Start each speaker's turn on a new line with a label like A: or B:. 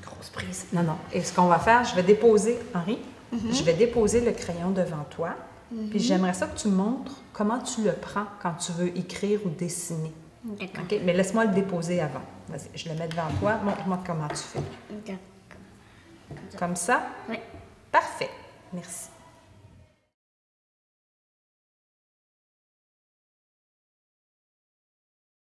A: grosse prise. Non, non. Et ce qu'on va faire, je vais déposer, Henri, je vais déposer le crayon devant toi. Puis j'aimerais ça que tu montres comment tu le prends quand tu veux écrire ou dessiner.
B: D'accord.
A: OK? Mais laisse-moi le déposer avant. Vas-y, je le mets devant toi. Montre-moi comment tu fais.
B: D'accord.
A: Comme ça?
B: Oui.
A: Parfait. Merci.